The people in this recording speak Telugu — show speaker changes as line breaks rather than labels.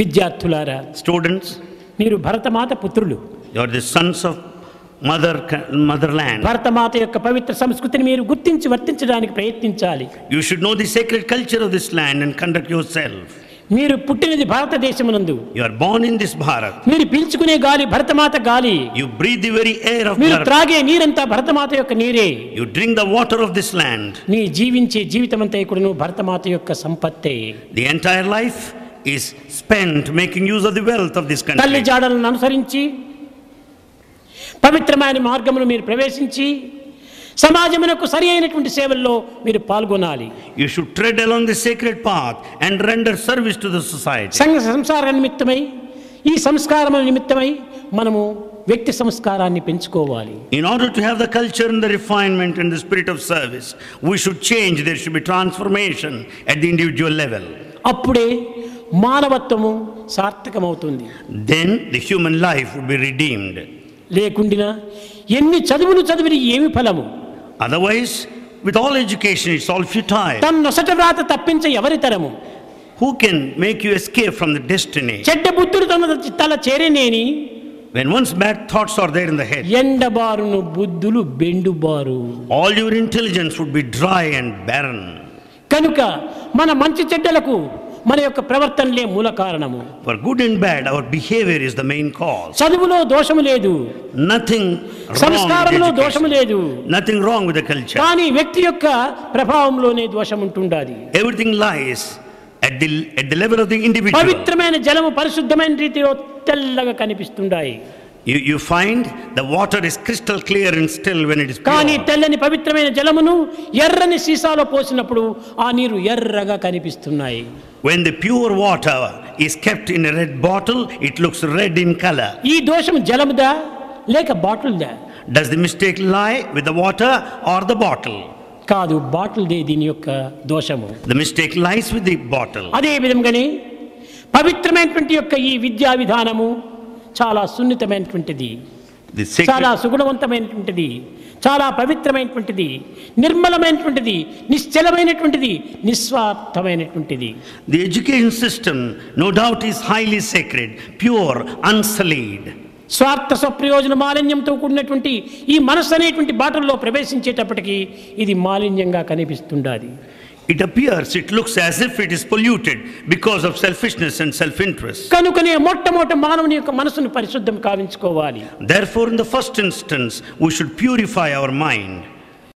విద్యార్థులారా
Students,
మీరు భరతమాత పుత్రులు
you are the sons of mother, motherland.
Bharatmata యొక్క పవిత్ర సంస్కృతిని మీరు గుర్తించి వర్తించడానికి ప్రయత్నించాలి
You should know the sacred culture of this land and conduct yourself.
మీరు పుట్టినది భారతదేశమునందు
You are born in this Bharat.
మీరు పీల్చుకునే గాలి భరతమాత గాలి
You breathe the very air of
మీరు
Bharat.
త్రాగే నీరంతా భరతమాత యొక్క నీరే
You drink the water of this land.
నీ జీవించే జీవితమంతా కూడాను భరతమాత యొక్క సంపత్తే
The entire life is spent making use of the wealth of this
తల్లి
country.
జాడలను అనుసరించి పవిత్రమైన మార్గమును మీరు ప్రవేశించి సమాజమునకు సరి అయినటువంటి సేవల్లో మీరు పాల్గొనాలి
You should tread along the sacred path and render service to the society.
సంఘ సంసార నిమిత్తమై ఈ సంస్కారముల నిమిత్తమై మనము వ్యక్తి సంస్కారాన్ని పెంచుకోవాలి
In order to have the culture and the refinement and the spirit of service, we should change. There should be transformation at the individual level.
అప్పుడే మానవత్వము సార్థకమవుతుంది
Then the human life would be redeemed.
లేకుండినా ఎన్ని చదువులు చదివిన ఏమి ఫలము
Otherwise, with all education, it's all futile.
తన నొసట వ్రాత తప్పించ ఎవరి తరము
Who can make you escape from the destiny?
చెడ్డ బుద్ధుడు తన తల చేరేనేని
When once bad thoughts are there in the head,
ఎండబారును బుద్ధులు బెండుబారు
all your intelligence would be dry and barren.
కనుక మన మంచి చెడ్డలకు మన యొక్క ప్రవర్తనలే మూల కారణము
For good and bad, our behavior is the main cause.
చదువులో దోషము లేదు
Nothing wrong
సంస్కారంలో
with
దోషము
education.
లేదు
Nothing wrong with the culture.
కానీ వ్యక్తి యొక్క ప్రభావంలోనే దోషం ఉంటుండాలి
Everything lies at the, at the level of the individual.
పవిత్రమైన జలము పరిశుద్ధమైన రీతిలో తెల్లగా కనిపిస్తుండాయి
You, you find the water is crystal clear and still when it is
కానీ
pure.
తెల్లని పవిత్రమైన జలమును ఎర్రని సీసాలో పోసినప్పుడు ఆ నీరు ఎర్రగా కనిపిస్తున్నాయి
When the pure water is kept in a red bottle, it looks red in color.
ఈ దోషం జలముదా లేక బాటిల్దా
Does the mistake lie with the water or the bottle?
కాదు బాటిల్దే దీని యొక్క దోషము
The mistake lies with the bottle.
అదే విధంగానే పవిత్రమైనటువంటి యొక్క ఈ విద్యా విధానము చాలా సున్నితమైనటువంటిది
The
చాలా
sacred,
సుగుణవంతమైనటువంటిది చాలా పవిత్రమైనటువంటిది నిర్మలమైనటువంటిది నిశ్చలమైనటువంటిది నిస్వార్థమైనటువంటిది
the education system, no doubt, is highly sacred, pure, unsullied.
స్వార్థ స్వప్రయోజన మాలిన్యంతో కూడినటువంటి ఈ మనస్సు అనేటువంటి బాటల్లో ప్రవేశించేటప్పటికీ ఇది మాలిన్యంగా కనిపిస్తుండాలి
It appears, it looks as if it is polluted because of selfishness and self interest.
కనుకనే మొట్టమొదట మానవుని యొక్క మనసును పరిశుద్ధం కావించుకోవాలి
Therefore, in the first instance, we should purify our mind.